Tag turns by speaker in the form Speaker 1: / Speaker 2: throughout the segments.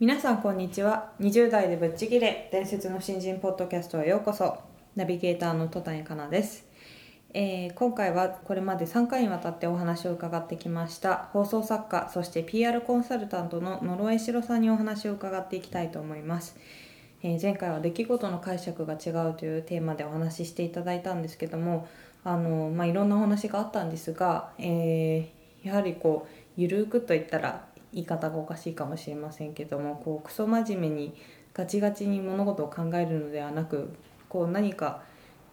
Speaker 1: 皆さんこんにちは20代でぶっちぎれ伝説の新人ポッドキャストへようこそナビゲーターの戸谷香奈です、えー今回はこれまで3回にわたってお話を伺ってきました放送作家そして PR コンサルタントの野呂江城さんにお話を伺っていきたいと思います、えー前回は出来事の解釈が違うというテーマでお話ししていただいたんですけどもあの、まあ、いろんなお話があったんですが、えーやはりこうゆるくと言ったら言い方がおかしいかもしれませんけどもこうクソ真面目にガチガチに物事を考えるのではなくこう何か、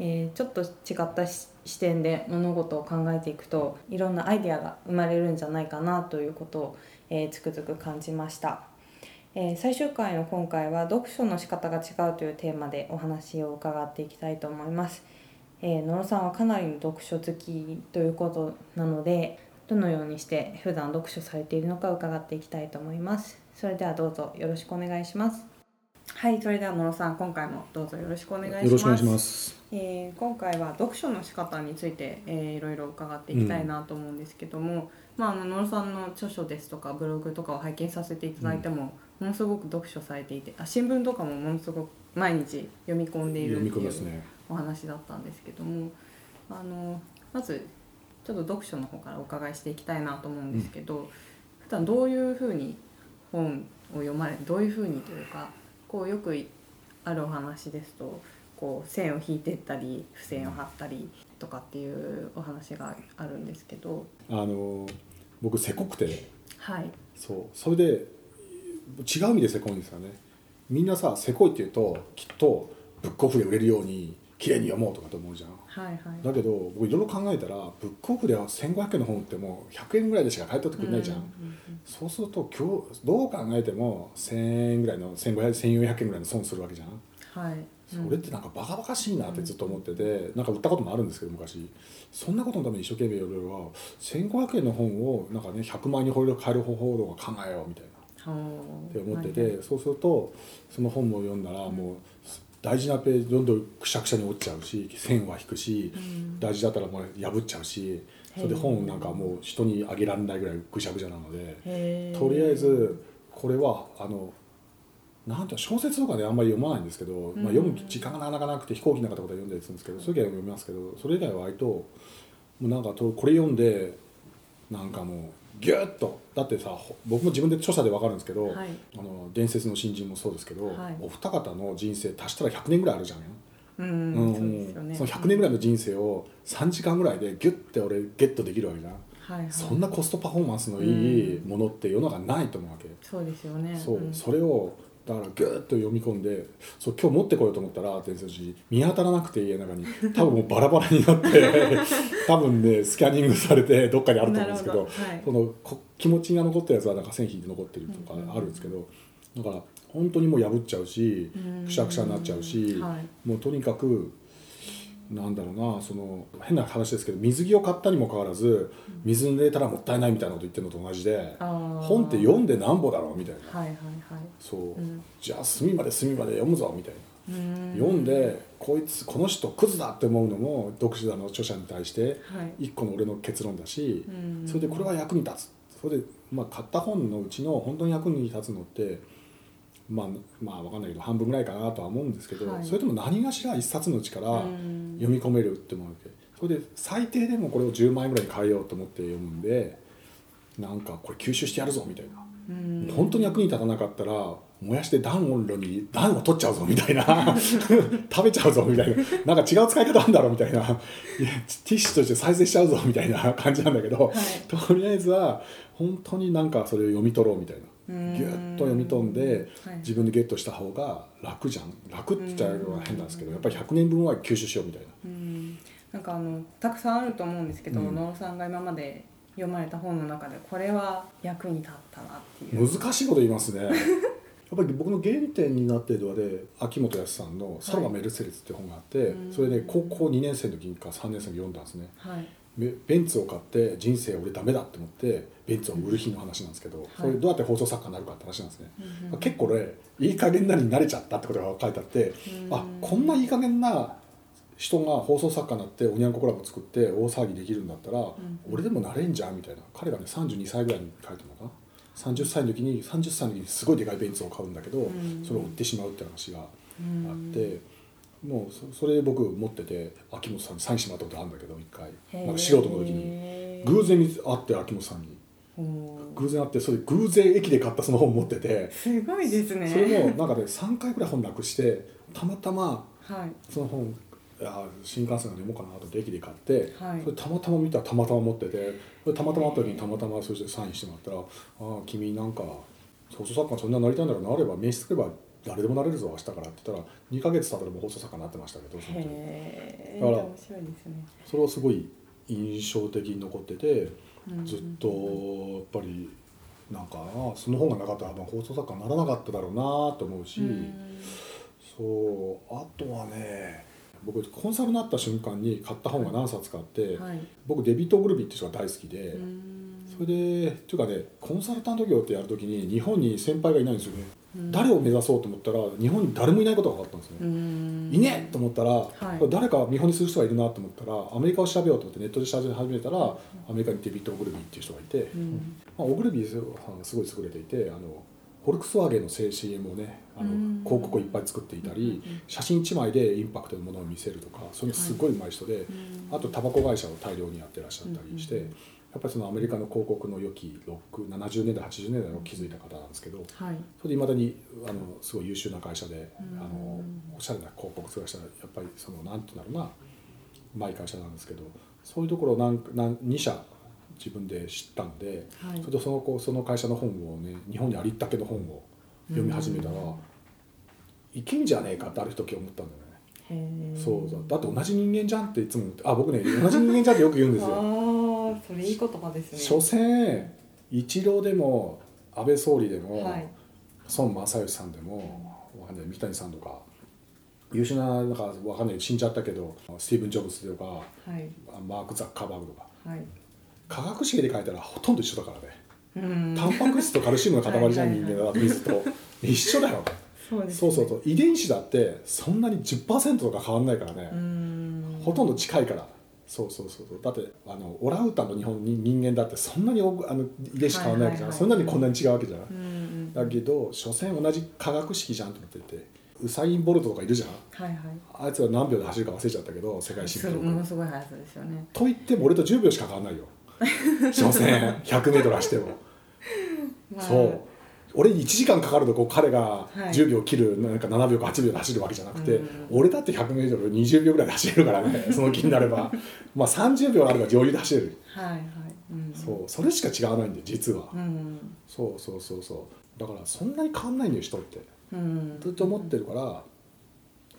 Speaker 1: えーちょっと違ったし視点で物事を考えていくといろんなアイデアが生まれるんじゃないかなということを、えーつくづく感じました。えー最終回の今回は読書の仕方が違うというテーマでお話を伺っていきたいと思います。えー野呂さんはかなりの読書好きということなのでどのようにして普段読書されているのか伺っていきたいと思いますそれではどうぞよろしくお願いしますはいそれでは野呂さん今回もどうぞよろしくお願いします
Speaker 2: よろしくお願いします。
Speaker 1: えー今回は読書の仕方について、えーいろいろ伺っていきたいなと思うんですけども、まあ、あの野呂さんの著書ですとかブログとかを拝見させていただいても、ものすごく読書されていてあ新聞とかもものすごく毎日読み込んでいる
Speaker 2: 読
Speaker 1: っていう
Speaker 2: み込みですね。
Speaker 1: お話だったんですけどもあのまずちょっと読書の方からお伺いしていきたいなと思うんですけど、普段どういうふうに本を読まれどういうふうにというかこうよくあるお話ですとこう線を引いてったり付箋を貼ったりとかっていうお話があるんですけど
Speaker 2: あの僕せこくて、
Speaker 1: はい
Speaker 2: そうそれで違う意味でせこいんですよね。みんなさせこいって言うときっとブックオフで売れるように綺麗に読もうとかと思うじゃん。
Speaker 1: はいはい
Speaker 2: だけど僕いろいろ考えたらブックオフでは1500円の本ってもう100円ぐらいでしか買い取ってくれないじゃん。
Speaker 1: う
Speaker 2: そうすると今日どう考えても1000円ぐらいの15001400円ぐらいの損するわけじゃん。
Speaker 1: うんうんはい
Speaker 2: それってなんかバカバカしいなってずっと思ってて、なんか売ったこともあるんですけど昔そんなことのために一生懸命やるよりは1500円の本をなんかね100万円にこれで買える方法を考えようみたいなって思ってて、そうするとその本を読んだらもう大事なページどんどんくしゃくしゃに折っちゃうし線は引くし、
Speaker 1: うん
Speaker 2: 大事だったらもう破っちゃうしそれで本なんかもう人にあげられないぐらいぐしゃぐしゃなので。とりあえずこれはあのなんていうの小説とかであんまり読まないんですけど、
Speaker 1: ん
Speaker 2: まあ、読む時間がなかなかなくて飛行機の中とかで読んだりするんですけどそういう時は読みますけどそれ以外は割ともうなんかとこれ読んでなんかもうギュッとだってさほ僕も自分で著者で分かるんですけど、
Speaker 1: はい
Speaker 2: あの伝説の新人もそうですけど、
Speaker 1: はい
Speaker 2: お二方の人生足したら100年ぐらいあるじゃん。
Speaker 1: うん
Speaker 2: うん
Speaker 1: そうですよね
Speaker 2: その100年ぐらいの人生を3時間ぐらいでギュッて俺ゲットできるわけじゃん、
Speaker 1: はいはい
Speaker 2: そんなコストパフォーマンスのいいものって世の中ないと思うわけ、
Speaker 1: そうですよね
Speaker 2: そう、
Speaker 1: ん
Speaker 2: それをだからぐーっと読み込んでそう今日持ってこようと思ったら伝説に見当たらなくて家の中に多分もうバラバラになって 多分ねスキャニングされてどっかにあると思うんですけど
Speaker 1: なるほはい
Speaker 2: そのこ気持ちが残ったやつはなんか線引いて残ってるとかあるんですけど、だから本当にもう破っちゃうし
Speaker 1: うん
Speaker 2: くしゃくしゃになっちゃうし、
Speaker 1: はい
Speaker 2: もうとにかくなんだろうなその変な話ですけど水着を買ったにもかかわらず水に濡れたらもったいないみたいなこと言ってるのと同じで
Speaker 1: あー
Speaker 2: 本って読んでなんぼだろうみたいな。
Speaker 1: はいはいはい
Speaker 2: そう、
Speaker 1: うん
Speaker 2: じゃあ隅まで隅まで読むぞみたいな、
Speaker 1: うーん
Speaker 2: 読んでこいつこの人クズだって思うのも読者の著者に対して
Speaker 1: はい
Speaker 2: 一個の俺の結論だし、
Speaker 1: うん
Speaker 2: それでこれは役に立つそれで、まあ、買った本のうちの本当に役に立つのってまあまあ分かんないけど半分ぐらいかなとは思うんですけど、
Speaker 1: はい
Speaker 2: それとも何がしら一冊のうちから
Speaker 1: うん
Speaker 2: 読み込めるって思うわけそれで最低でもこれを10万円ぐらいに変えようと思って読むんでなんかこれ吸収してやるぞみたいな。
Speaker 1: うん
Speaker 2: 本当に役に立たなかったら燃やして暖をに暖を取っちゃうぞみたいな 食べちゃうぞみたいななんか違う使い方あるんだろうみたいないやティッシュとして再生しちゃうぞみたいな 感じなんだけど、とりあえずは本当になんかそれを読み取ろうみたいな
Speaker 1: うーん
Speaker 2: ギュッと読み飛んで
Speaker 1: はい
Speaker 2: 自分でゲットした方が楽じゃん楽って言ったら変なんですけどやっぱり100年分は吸収しようみたいな。
Speaker 1: うんなんなんかあのたくさんあると思うんですけど、
Speaker 2: うん
Speaker 1: 野呂さんが今まで読まれた本の中でこれは役に立ったなっていう。
Speaker 2: 難しいこと言いますね やっぱり僕の原点になっているのはね秋元康さんの「さらばメルセデス」って本があって、
Speaker 1: うん
Speaker 2: それね高校2年生の時か3年生の時読んだんですね
Speaker 1: はい。
Speaker 2: ベベンツを買って人生俺ダメだって思ってベンツを売る日の話なんですけど、それどうやって放送作家になるかって話なんですね、
Speaker 1: うんうん
Speaker 2: 結構ねいい加減なりに慣れちゃったってことが書いてあって、
Speaker 1: うん
Speaker 2: あこんないい加減な人が放送作家になっておにゃんこクラブ作って大騒ぎできるんだったら、
Speaker 1: ん
Speaker 2: 俺でもなれんじゃんみたいな彼がね32歳ぐらいに書いてるのかな30歳の時に30歳の時にすごいでかいベンツを買うんだけど、
Speaker 1: ん
Speaker 2: それを売ってしまうって話があ
Speaker 1: うん
Speaker 2: って、もうそそれ僕持ってて秋元さんにサインしてもらったことあるんだけど一
Speaker 1: へ
Speaker 2: 回
Speaker 1: ー
Speaker 2: なんか素人の時に偶然に会って秋元さんに
Speaker 1: おー
Speaker 2: 偶然会ってそれ偶然駅で買ったその本持ってて。
Speaker 1: すごいですね。
Speaker 2: それもなんかね3回ぐらい本なくしてたまたま
Speaker 1: はい。
Speaker 2: その本あ新幹線が読もうかなと思って駅で買って、
Speaker 1: はい
Speaker 2: それたまたま見たらたまたま持っててそれたまたま会った時にたまたまそしてサインしてもらったら「ああ君なんか放送作家そんなになりたいんだろうなれば名刺作れば誰でもなれるぞ明日から」って言ったら2ヶ月経ったらもう放送作家になってましたけどその時
Speaker 1: へえ。
Speaker 2: だから
Speaker 1: 面白いですね。
Speaker 2: それはすごい印象的に残ってて
Speaker 1: うん
Speaker 2: ずっとやっぱりなんかその本がなかったら多分放送作家にならなかっただろうなと思うし。
Speaker 1: うん
Speaker 2: そうあとはね僕コンサルになった瞬間に買った本が何冊かあって、
Speaker 1: はい。
Speaker 2: 僕デビッド・グルビーって人が大好きで、
Speaker 1: うん
Speaker 2: それでっていうかねコンサルタント業ってやるときに日本に先輩がいないんですよね、
Speaker 1: うん
Speaker 2: 誰を目指そうと思ったら日本に誰もいないことが分かったんですね、
Speaker 1: うん
Speaker 2: いねえと思ったら、
Speaker 1: い
Speaker 2: 誰か見本にする人がいるなと思ったらアメリカを調べようと思ってネットで調べ始めたら、アメリカにデビッド・オグルビーっていう人がいて、
Speaker 1: うん
Speaker 2: まあ、オグルビーさんがすごい優れていてあのフォルクスワーゲンの CM をねあの
Speaker 1: うん
Speaker 2: 広告をいっぱい作っていたり
Speaker 1: うん
Speaker 2: 写真1枚でインパクトのものを見せるとかそれすごい上手い人で、
Speaker 1: うん
Speaker 2: あとタバコ会社を大量にやってらっしゃったりして、
Speaker 1: うん
Speaker 2: やっぱりそのアメリカの広告の良きロック70年代80年代を築いた方なんですけど
Speaker 1: はい。
Speaker 2: それでいまだにあのすごい優秀な会社で、
Speaker 1: うん
Speaker 2: あのおしゃれな広告会社やっぱりそのなんていうんだろうなうまい会社なんですけどそういうところをなんなん2社自分で知ったんで、
Speaker 1: はい
Speaker 2: それでその子その会社の本をね日本にありったけの本を読み始めたら、
Speaker 1: うん
Speaker 2: いけんじゃねえかってある時思ったんだよね。
Speaker 1: へえ。
Speaker 2: そうだだって同じ人間じゃんっていつも思ってあ僕ね同じ人間じゃんってよく言うんです よ。
Speaker 1: ああ、それいい言葉ですね。
Speaker 2: 所詮一郎でも安倍総理でも、
Speaker 1: はい
Speaker 2: 孫正義さんでもわかんない三谷さんとか優秀ななんかわかんない死んじゃったけどスティーブン・ジョブズとか
Speaker 1: はい
Speaker 2: マーク・ザッカーバーグとか
Speaker 1: はい。
Speaker 2: 化学式で書いたらほとんど一緒だからね
Speaker 1: うん。
Speaker 2: タンパク質とカルシウムの塊じゃん
Speaker 1: はい
Speaker 2: 人
Speaker 1: はいはい
Speaker 2: 間は水と一緒だよね
Speaker 1: そうです
Speaker 2: そ
Speaker 1: ね。
Speaker 2: うそうそう遺伝子だってそんなに10%とか変わんないからね、
Speaker 1: うん。
Speaker 2: ほとんど近いから。そうそうそうそうだってあのオランウータンの日本人人間だってそんなに多くあの遺伝子変わらないわけじゃん、
Speaker 1: はいはいはい
Speaker 2: そんなにこんなに違うわけじゃない、
Speaker 1: うんうん。
Speaker 2: だけど所詮同じ化学式じゃんと思っててウサイン・ボルトとかいるじゃん
Speaker 1: はいはい。
Speaker 2: あいつは何秒で走るか忘れちゃったけど世界新
Speaker 1: す
Speaker 2: 記
Speaker 1: ごい
Speaker 2: 録、
Speaker 1: ものすごい速さですよね。
Speaker 2: と言っても俺と10秒しか変わら ないよ所詮 100m 走っても、
Speaker 1: まあ
Speaker 2: そう。俺1時間かかるとこう彼が
Speaker 1: い
Speaker 2: 10秒切るなんか7秒か8秒で走るわけじゃなくて、
Speaker 1: うん
Speaker 2: 俺だって 100m20 秒ぐらいで走れるからねその気になれば まあ30秒あれば余裕で走れる
Speaker 1: はいはい。うん。
Speaker 2: そうそれしか違わないんで実は、
Speaker 1: うん。
Speaker 2: そうそうそうそうだからそんなに変わんないんだよ人って
Speaker 1: うん。
Speaker 2: ずっと思ってるから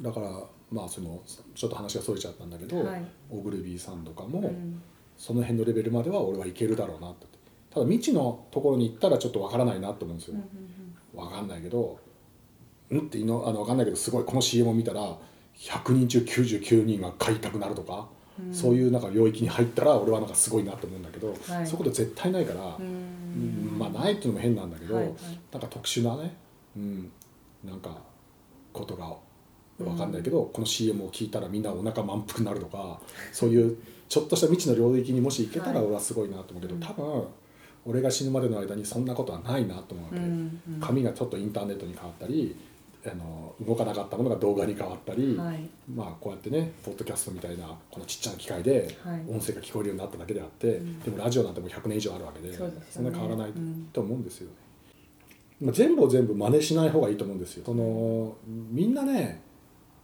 Speaker 2: だからまあそのちょっと話がそれちゃったんだけど、
Speaker 1: はい
Speaker 2: オグルビーさんとか
Speaker 1: う
Speaker 2: も
Speaker 1: ん。
Speaker 2: その辺のレベルまでは俺はいけるだろうなってただ未知のところに行ったらちょっとわからないなと思うんですよ、
Speaker 1: うんうん
Speaker 2: わかんないけど「ん?」って言うのあのわかんないけどすごいこの CM を見たら100人中99人が買いたくなるとか、
Speaker 1: うん
Speaker 2: そういうなんか領域に入ったら俺はなんかすごいなと思うんだけど、
Speaker 1: はい
Speaker 2: そういうこと絶対ないから、
Speaker 1: う
Speaker 2: うん
Speaker 1: ん。
Speaker 2: まあないっていうのも変なんだけど、
Speaker 1: はいはい
Speaker 2: なんか特殊なね、うん、なんかことがわかんないけど、この CM を聞いたらみんなお腹満腹になるとかそういうちょっとした未知の領域にもし行けた
Speaker 1: は
Speaker 2: ら
Speaker 1: い
Speaker 2: 俺はすごいなと思うけど、
Speaker 1: うん
Speaker 2: 多分俺が死ぬまでの間にそんなことはないなと思うわけ。
Speaker 1: うんうん。
Speaker 2: 紙がちょっとインターネットに変わったりあの動かなかったものが動画に変わったり、
Speaker 1: はい。
Speaker 2: まあこうやってねポッドキャストみたいなこのちっちゃな機械で
Speaker 1: はい
Speaker 2: 音声が聞こえるようになっただけであって、
Speaker 1: ん
Speaker 2: でもラジオなんてもう100年以上あるわけで
Speaker 1: そうですよ
Speaker 2: ん
Speaker 1: ね
Speaker 2: な変わらない
Speaker 1: うん
Speaker 2: と思うんですよね。まあ全部を全部真似しない方がいいと思うんですよ。そのみんなね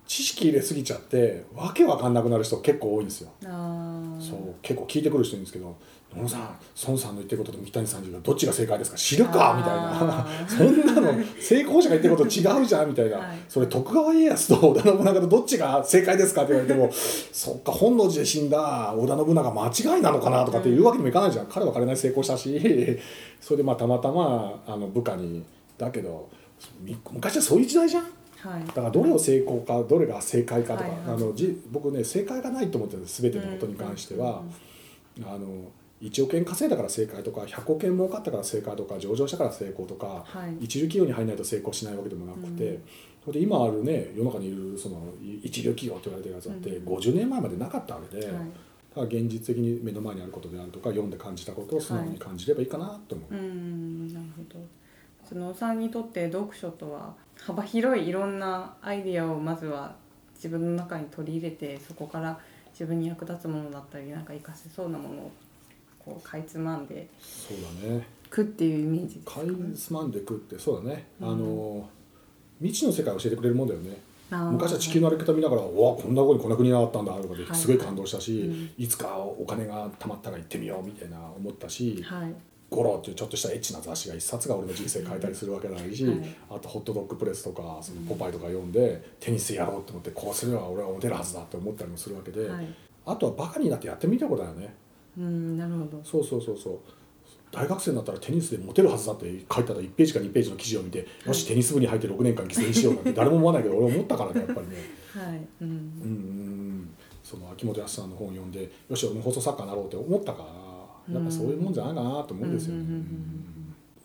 Speaker 2: 知識入れすぎちゃってわけわかんなくなる人結構多いんですよ。
Speaker 1: ああ。
Speaker 2: そう結構聞いてくる人いるんですけど「野呂さん孫さんの言ってることと三谷さんの言うことどっちが正解ですか知るか」みたいな
Speaker 1: あ
Speaker 2: 「そんなの成功者が言ってること違うじゃん」みたいな、
Speaker 1: はい
Speaker 2: それ徳川家康と織田信長とどっちが正解ですか?」って言わ れても「そっか本能寺で死んだ織田信長間違いなのかな」とかって言うわけにもいかないじゃん彼は彼なりに成功した しそれでまあたまたまあの部下に「だけどみ昔はそういう時代じゃん」
Speaker 1: はい
Speaker 2: だからどれを成功かどれが正解かとか、
Speaker 1: はいはい
Speaker 2: あのじ僕ね正解がないと思ってるんです全てのことに関しては、あの1億円稼いだから正解とか100億円儲かったから正解とか上場したから成功と
Speaker 1: は
Speaker 2: か、
Speaker 1: い
Speaker 2: 一流企業に入らないと成功しないわけでもなくて、
Speaker 1: うん
Speaker 2: それで今あるね世の中にいるそのい一流企業って言われてるやつだって、
Speaker 1: うん
Speaker 2: 50年前までなかったわけで、
Speaker 1: はい
Speaker 2: ただ現実的に目の前にあることであるとか読んで感じたことを素直に感じればいいかなと思う、
Speaker 1: うんなるほどそのおさんにとって読書とは幅広いいろんなアイディアをまずは自分の中に取り入れてそこから自分に役立つものだったりなんか活かせそうなものをこうかいつまんで
Speaker 2: そうだね
Speaker 1: くっていうイメージです
Speaker 2: か
Speaker 1: か
Speaker 2: い
Speaker 1: ね、
Speaker 2: つまんでくってそうだね、
Speaker 1: うん
Speaker 2: あの未知の世界を教えてくれるもんだよね
Speaker 1: あー
Speaker 2: 昔は地球の歩き方見ながら「うわこんなとこにこんな国があったんだ」とか
Speaker 1: は
Speaker 2: で
Speaker 1: い
Speaker 2: すごい感動したし、
Speaker 1: うん
Speaker 2: いつかお金が貯まったら行ってみようみたいな思ったし
Speaker 1: はい
Speaker 2: 「ゴロ」っていうちょっとしたエッチな雑誌が一冊が俺の人生変えたりするわけだし、
Speaker 1: はい
Speaker 2: あと「ホットドッグプレス」とか「そのポパイ」とか読んでテニスやろうと思ってこうすれば俺はモテるはずだって思ったりもするわけで、
Speaker 1: はい
Speaker 2: あとはバカになってやってみたことだよね。
Speaker 1: うんなるほど
Speaker 2: そうそうそうそう大学生になったらテニスでモテるはずだって書いてあった1ページか2ページの記事を見て、よしテニス部に入って6年間犠牲にしようなんて誰も思わないけど俺思ったからねやっぱりね
Speaker 1: はいうん、
Speaker 2: うんうんうんその秋元康さんの本を読んでよし俺も放送作家になろうって思ったからやっぱそういうもんじゃないかなと思うんですよね
Speaker 1: うんうんうんうん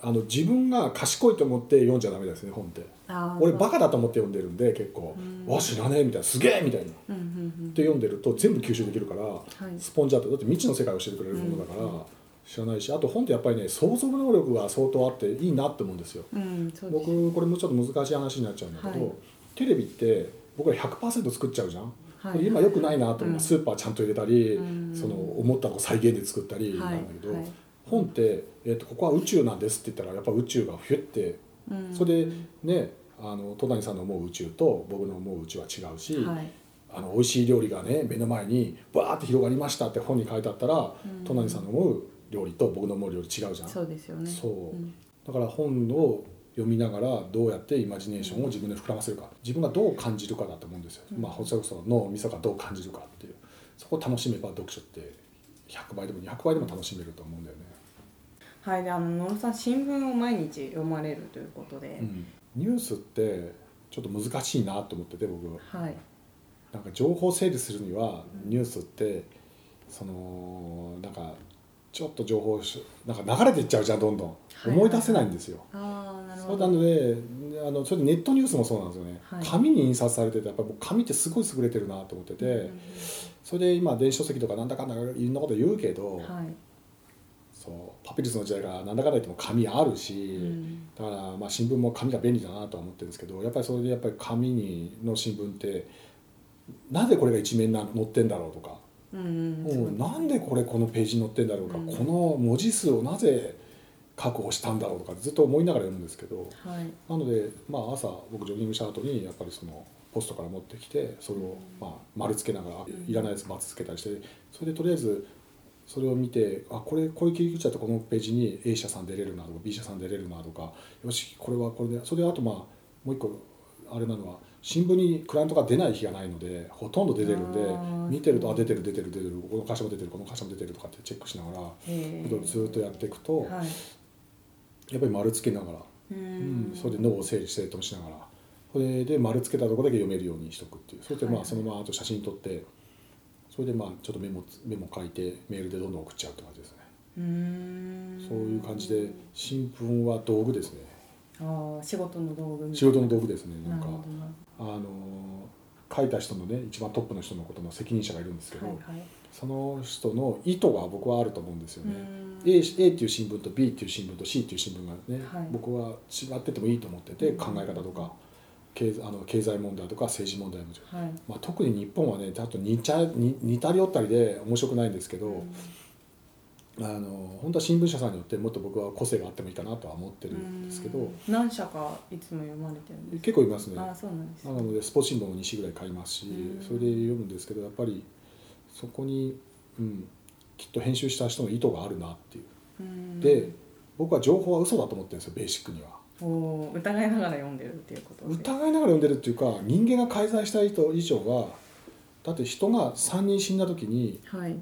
Speaker 2: あの自分が賢いと思って読んじゃダメですね本って
Speaker 1: あー
Speaker 2: 俺バカだと思って読んでるんで結構
Speaker 1: うん
Speaker 2: 「わ知らねえ」みたいな「すげえ!」みたいなっ
Speaker 1: うんうん
Speaker 2: て読んでると全部吸収できるから、
Speaker 1: うんはい
Speaker 2: スポンジだとだって未知の世界を教えてくれるものだから、
Speaker 1: うん
Speaker 2: 知らないしあと本ってやっぱりね想像能力が相当あっていいなって思うんですよ。
Speaker 1: うんそうです
Speaker 2: 僕これもうちょっと難しい話になっちゃうんだけど、
Speaker 1: はい
Speaker 2: テレビって僕ら100%作っちゃうじゃん。
Speaker 1: は
Speaker 2: これ今良くないなと思う、
Speaker 1: うん
Speaker 2: スーパーちゃんと入れたり、
Speaker 1: うん
Speaker 2: その思ったのを再現で作ったりなんだけど、
Speaker 1: はいはい
Speaker 2: 本って、えっと「ここは宇宙なんです」って言ったらやっぱ宇宙がフュッて
Speaker 1: うん
Speaker 2: それでねあの戸谷さんの思う宇宙と僕の思う宇宙は違うし、
Speaker 1: はい
Speaker 2: あの美味しい料理がね目の前にバーって広がりましたって本に書いてあったら、
Speaker 1: うん
Speaker 2: トナリさんの思う料理と僕の思う料理違うじゃん
Speaker 1: そうですよね
Speaker 2: そう
Speaker 1: うん
Speaker 2: だから本を読みながらどうやってイマジネーションを自分で膨らませるか自分がどう感じるかだと思うんですよ、
Speaker 1: うん
Speaker 2: まあそれこそ脳みそがどう感じるかっていうそこを楽しめば読書って100倍でも200倍でも楽しめると思うんだよね、
Speaker 1: はい、であの野呂さん新聞を毎日読まれるということで、
Speaker 2: うんニュースってちょっと難しいなと思ってて僕
Speaker 1: はい、
Speaker 2: なんか情報整理するにはニュースってそのなんかちょっと情報しなんか流れていっちゃうじゃんどんどん
Speaker 1: はい
Speaker 2: 思い出せないんですよ。
Speaker 1: ああなる
Speaker 2: そ
Speaker 1: ほ
Speaker 2: うな
Speaker 1: ど。
Speaker 2: のであのそれでネットニュースもそうなんですよね、
Speaker 1: はい
Speaker 2: 紙に印刷されててやっぱり僕紙ってすごい優れてるなと思ってて、それで今電子書籍とかなんだかんだいろんなこと言うけど、
Speaker 1: うんはい、
Speaker 2: そうパピルスの時代がなんだかんだ言っても紙あるし。
Speaker 1: うん
Speaker 2: だからまあ新聞も紙が便利だなとは思ってるんですけどやっぱりそれでやっぱり紙にの新聞ってなぜこれが一面な載ってんだろうとか、
Speaker 1: うん
Speaker 2: う
Speaker 1: そ
Speaker 2: ん、
Speaker 1: う
Speaker 2: なんでこれこのページに載ってんだろうか、
Speaker 1: うん
Speaker 2: この文字数をなぜ確保したんだろうとかずっと思いながら読むんですけど
Speaker 1: はい、
Speaker 2: なので、まあ、朝僕ジョギングした後にやっぱりそのポストから持ってきてそれをまあ丸つけながら
Speaker 1: ん
Speaker 2: いらないやつ×つけたりしてそれでとりあえずそれを見てあこれこういう切り口だとこのページに A 社さん出れるなとか B 社さん出れるなとかよしこれはこれでそれであとまあもう一個あれなのは新聞にクライアントが出ない日がないのでほとんど出てるんで
Speaker 1: あー
Speaker 2: 見てるとあ出てる出てる出てるこの会社も出てるこの会社も出てるとかってチェックしながら
Speaker 1: え
Speaker 2: ずっとやっていくと
Speaker 1: はい、
Speaker 2: やっぱり丸つけながら
Speaker 1: う
Speaker 2: うん、それで脳を整理整頓しながらそれで丸つけたところだけ読めるようにしとくっていうそれで
Speaker 1: はい
Speaker 2: ま
Speaker 1: は
Speaker 2: あ
Speaker 1: い
Speaker 2: そのままあと写真撮ってそれでまあちょっとメモつメモ書いてメールでどんどん送っちゃうって感じですね
Speaker 1: うん
Speaker 2: そういう感じで新聞は道具ですね
Speaker 1: ああ仕事の道具みた
Speaker 2: 仕
Speaker 1: いな
Speaker 2: 事の道具ですねなんか
Speaker 1: なるほどな
Speaker 2: あのー書いた人のね一番トップの人のことの責任者がいるんですけど、
Speaker 1: はいはい
Speaker 2: その人の意図が僕はあると思うんですよね
Speaker 1: うん
Speaker 2: A, A っていう新聞と B っていう新聞と C っていう新聞がね、
Speaker 1: はい
Speaker 2: 僕は違っててもいいと思ってて
Speaker 1: うん
Speaker 2: 考え方とか経あの経済問題とか政治問題も違う、
Speaker 1: はい
Speaker 2: まあ、特に日本はねちゃんと似ちゃ似似たり寄ったりで面白くないんですけど、
Speaker 1: うん
Speaker 2: あの本当は新聞社さんによってもっと僕は個性があってもいいかなとは思ってるんですけど、
Speaker 1: うん何社かいつも読まれてるんです
Speaker 2: 結構いますね
Speaker 1: ああそうなんです
Speaker 2: なのでスポーツ新聞も2紙ぐらい買いますし、
Speaker 1: うん
Speaker 2: それで読むんですけどやっぱりそこにうん、きっと編集した人の意図があるなっていうで僕は情報は嘘だと思ってるんですよベーシックには
Speaker 1: おおー疑いながら読んでるっていうことで
Speaker 2: 疑いながら読んでるっていうか人間が介在した人以上はだって人が3人死んだ時に
Speaker 1: はい、
Speaker 2: 例え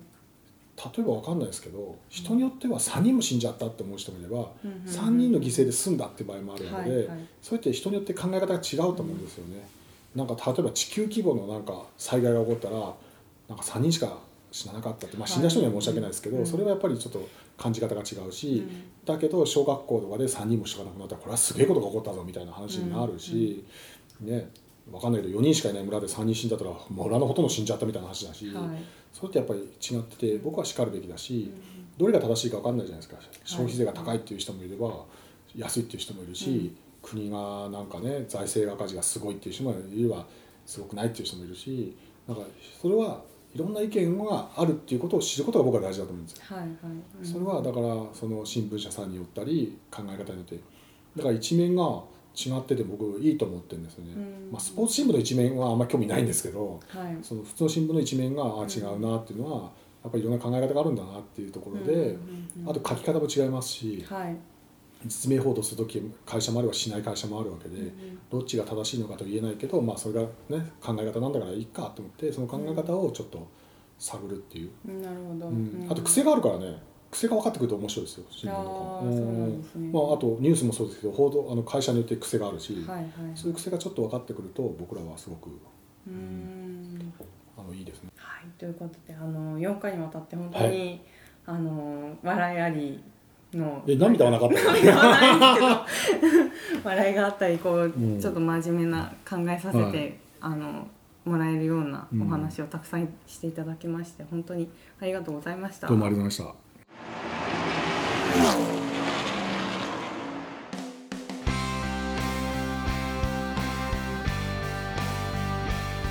Speaker 2: ば分かんないですけど人によっては3人も死んじゃったって思う人もいれば
Speaker 1: うんうんうん
Speaker 2: 3人の犠牲で済んだって場合もあるので、
Speaker 1: はいはい
Speaker 2: そうやって人によって考え方が違うと思うんですよね。なんか例えば地球規模のなんか災害が起こったらなんか3人しか死ななかったって、ま
Speaker 1: は
Speaker 2: あ、
Speaker 1: い
Speaker 2: 死んだ人には申し訳ないですけど、
Speaker 1: うん
Speaker 2: それはやっぱりちょっと感じ方が違うし、
Speaker 1: うん
Speaker 2: だけど小学校とかで3人もしかなくなったらこれはすげえことが起こったぞみたいな話になるし、ね分かんないけど4人しかいない村で3人死んだったら村のほとんど死んじゃったみたいな話だし、
Speaker 1: はい
Speaker 2: それってやっぱり違ってて僕はしかるべきだし、どれが正しいか分かんないじゃないですか消費税が高いっていう人もいれば、安いっていう人もいるし、
Speaker 1: うん
Speaker 2: 国がなんかね財政赤字がすごいっていう人もいればすごくないっていう人もいるしなんかそれはいろんな意見があるっていうことを知ることが僕は大事だと思うんですよ。
Speaker 1: はいはい、うん
Speaker 2: それはだからその新聞社さんによったり考え方によってだから一面が違ってて僕いいと思ってるんですよね、
Speaker 1: うん
Speaker 2: まあ、スポーツ新聞の一面はあんまり興味ないんですけど
Speaker 1: はい
Speaker 2: その普通の新聞の一面があ違うなっていうのはやっぱりいろんな考え方があるんだなっていうところで、
Speaker 1: うんうんうん
Speaker 2: あと書き方も違いますし
Speaker 1: はい
Speaker 2: 実名報道する時会社もあればしない会社もあるわけで、
Speaker 1: うんうん
Speaker 2: どっちが正しいのかと言えないけど、まあ、それが、ね、考え方なんだからいいかと思ってその考え方をちょっと探るっていう、
Speaker 1: うんなるほど、
Speaker 2: うんあと癖があるからね癖が分かってくると面白いですよ新聞と
Speaker 1: あー
Speaker 2: かも。
Speaker 1: そうな
Speaker 2: うん
Speaker 1: んですね
Speaker 2: まあ、あとニュースもそうですけど報道あの会社によって癖があるし、
Speaker 1: はいはい
Speaker 2: そういう癖がちょっと分かってくると僕らはすごく
Speaker 1: うーん
Speaker 2: あのいいですね。
Speaker 1: はい、ということであの4回にわたって本当に、あの笑いありの
Speaker 2: え涙はなかった
Speaker 1: ではないですけど笑いがあったりこう、
Speaker 2: ん
Speaker 1: ちょっと真面目な考えさせて、
Speaker 2: はい
Speaker 1: あのもらえるような
Speaker 2: うん
Speaker 1: お話をたくさんしていただきまして、本当にありがとうございました。
Speaker 2: どうもありがとうございました。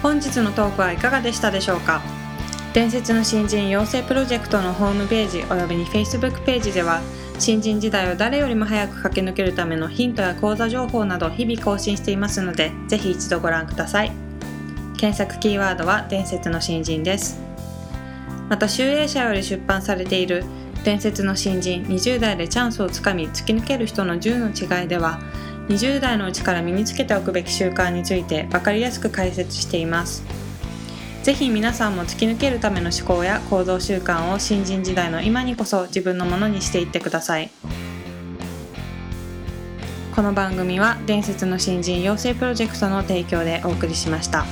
Speaker 1: 本日のトークはいかがでしたでしょうか伝説の新人養成プロジェクトのホームページおよびに Facebook ページでは新人時代を誰よりも早く駆け抜けるためのヒントや講座情報など日々更新していますのでぜひ一度ご覧ください検索キーワードは「伝説の新人」ですまた集英社より出版されている「伝説の新人20代でチャンスをつかみ突き抜ける人の10の違い」では20代のうちから身につけておくべき習慣について分かりやすく解説していますぜひ皆さんも突き抜けるための思考や行動習慣を新人時代の今にこそ自分のものにしていってくださいこの番組は伝説の新人養成プロジェクトの提供でお送りしました。